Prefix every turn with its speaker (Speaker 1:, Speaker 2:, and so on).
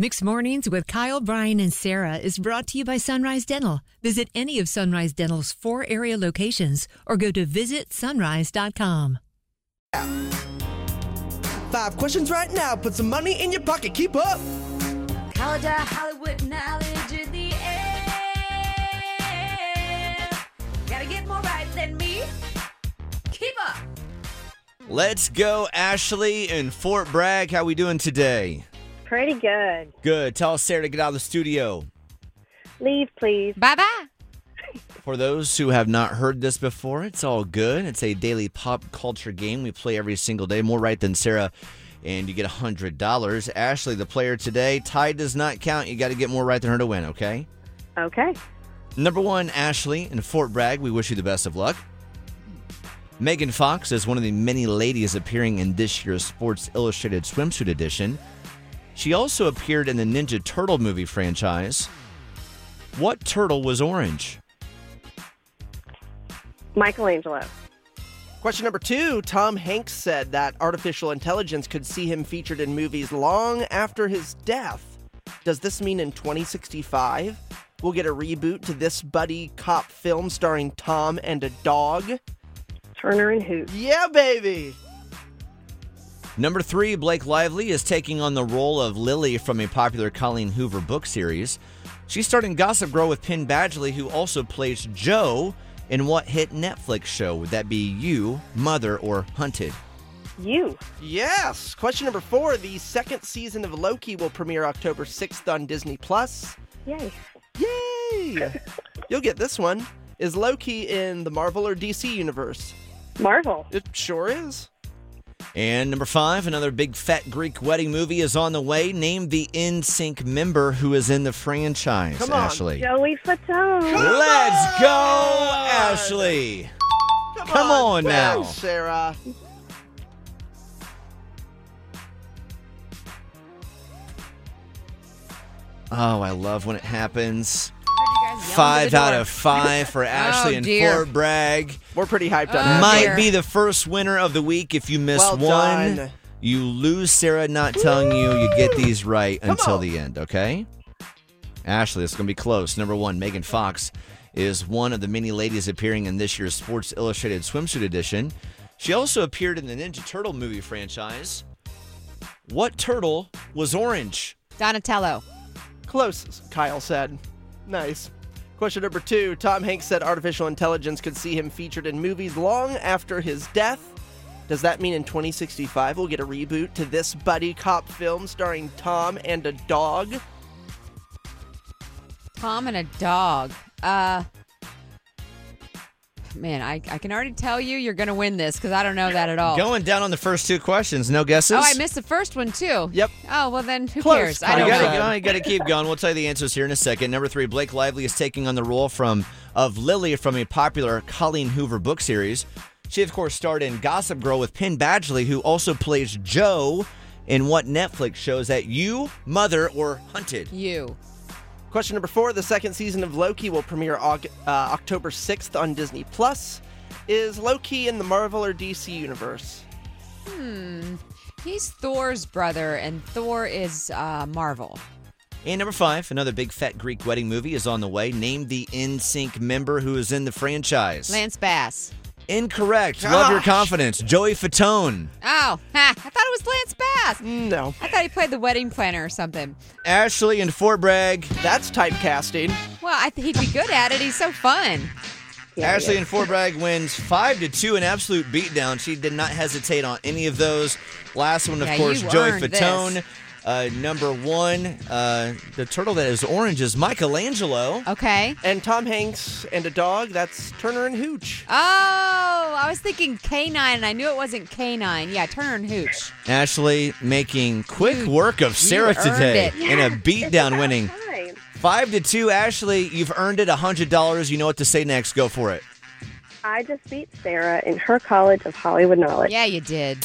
Speaker 1: Mixed Mornings with Kyle, Brian, and Sarah is brought to you by Sunrise Dental. Visit any of Sunrise Dental's four area locations or go to visitsunrise.com.
Speaker 2: Five questions right now. Put some money in your pocket. Keep up.
Speaker 3: College of Hollywood knowledge in the air. Gotta get more right than me. Keep up.
Speaker 4: Let's go, Ashley in Fort Bragg. How we doing today?
Speaker 5: Pretty good.
Speaker 4: Good. Tell Sarah to get out of the studio.
Speaker 5: Leave, please.
Speaker 3: Bye bye.
Speaker 4: For those who have not heard this before, it's all good. It's a daily pop culture game we play every single day. More right than Sarah, and you get $100. Ashley, the player today, tie does not count. You got to get more right than her to win, okay?
Speaker 5: Okay.
Speaker 4: Number one, Ashley in Fort Bragg, we wish you the best of luck. Megan Fox is one of the many ladies appearing in this year's Sports Illustrated Swimsuit Edition. She also appeared in the Ninja Turtle movie franchise. What turtle was orange?
Speaker 5: Michelangelo.
Speaker 2: Question number two Tom Hanks said that artificial intelligence could see him featured in movies long after his death. Does this mean in 2065 we'll get a reboot to this buddy cop film starring Tom and a dog?
Speaker 5: Turner and Hoot.
Speaker 2: Yeah, baby.
Speaker 4: Number three, Blake Lively is taking on the role of Lily from a popular Colleen Hoover book series. She's starting Gossip Girl with Penn Badgley, who also plays Joe in what hit Netflix show? Would that be You, Mother, or Hunted?
Speaker 5: You.
Speaker 2: Yes. Question number four The second season of Loki will premiere October 6th on Disney Plus.
Speaker 5: Yay.
Speaker 2: Yay! You'll get this one. Is Loki in the Marvel or DC universe?
Speaker 5: Marvel.
Speaker 2: It sure is.
Speaker 4: And number five, another big fat Greek wedding movie is on the way. Name the NSYNC member who is in the franchise,
Speaker 2: Come on,
Speaker 4: Ashley.
Speaker 5: Joey Fatone.
Speaker 4: Let's
Speaker 2: on!
Speaker 4: go, Ashley. Come
Speaker 2: Well,
Speaker 4: on now.
Speaker 2: Sarah.
Speaker 4: Oh, I love when it happens. Five out of five for Ashley and
Speaker 3: dear.
Speaker 4: Fort Bragg.
Speaker 2: We're pretty hyped on
Speaker 3: Oh,
Speaker 2: that.
Speaker 4: Might
Speaker 3: dear.
Speaker 4: be the first winner of the week if you miss
Speaker 2: Well
Speaker 4: one.
Speaker 2: done.
Speaker 4: You lose Sarah not telling you. You get these right until
Speaker 2: on.
Speaker 4: the end, okay? Ashley, it's going to be close. Number one, Megan Fox is one of the many ladies appearing in this year's Sports Illustrated Swimsuit Edition. She also appeared in the Ninja Turtle movie franchise. What turtle was orange?
Speaker 3: Donatello.
Speaker 2: Close, Kyle said. Nice. Question number two Tom Hanks said artificial intelligence could see him featured in movies long after his death. Does that mean in 2065 we'll get a reboot to this buddy cop film starring Tom and a dog?
Speaker 3: Tom and a dog. Uh man, I, I can already tell you you're gonna win this because I don't know that at
Speaker 2: Oh.
Speaker 3: all.
Speaker 4: Going down on the first two questions. No guesses?
Speaker 3: Oh, I missed the first one too.
Speaker 2: Yep.
Speaker 3: Oh well then who
Speaker 2: Close,
Speaker 3: cares?
Speaker 2: Kyle.
Speaker 3: I don't
Speaker 4: you gotta,
Speaker 3: know.
Speaker 2: know.
Speaker 4: no, you gotta keep going. We'll tell you the answers here in a second. Number three, Blake Lively is taking on the role from of Lily from a popular Colleen Hoover book series. She, of course, starred in Gossip Girl with Penn Badgley, who also plays Joe in what Netflix shows that you, Mother, or Hunted.
Speaker 3: You.
Speaker 2: Question number four The second season of Loki will premiere Aug- uh, October 6th on Disney. Plus. Is Loki in the Marvel or DC universe?
Speaker 3: He's Thor's brother and Thor is uh, Marvel.
Speaker 4: And number five, another big fat Greek wedding movie is on the way. Name the NSYNC member who is in the franchise.
Speaker 3: Lance Bass.
Speaker 4: Incorrect. Love your
Speaker 2: Gosh.
Speaker 4: confidence. Joey Fatone.
Speaker 3: Oh, ha, I thought it was Lance Bass.
Speaker 2: No.
Speaker 3: I thought he played the wedding planner or something.
Speaker 4: Ashley and Fort Bragg.
Speaker 2: That's typecasting.
Speaker 3: Well, I th- he'd be good at it. He's so fun.
Speaker 4: Ashley and Fort Bragg wins five to two, an absolute beatdown. She did not hesitate on any of those. Last one, of
Speaker 3: Yeah,
Speaker 4: course,
Speaker 3: you
Speaker 4: Joey
Speaker 3: earned
Speaker 4: Fatone. Uh, number one, uh, the turtle that is orange is Michelangelo.
Speaker 3: Okay.
Speaker 2: And Tom Hanks and a dog, that's Turner and Hooch.
Speaker 3: Oh, I was thinking canine, and I knew it wasn't canine. Yeah, Turner and Hooch.
Speaker 4: Ashley making quick work of Sarah
Speaker 3: earned
Speaker 4: today
Speaker 3: it.
Speaker 4: in a beatdown, winning
Speaker 5: Fine.
Speaker 4: five to two. Ashley, you've earned it hundred dollars. You know what to say next. Go for it.
Speaker 5: I just beat Sarah in her college of Hollywood knowledge.
Speaker 3: Yeah, you did.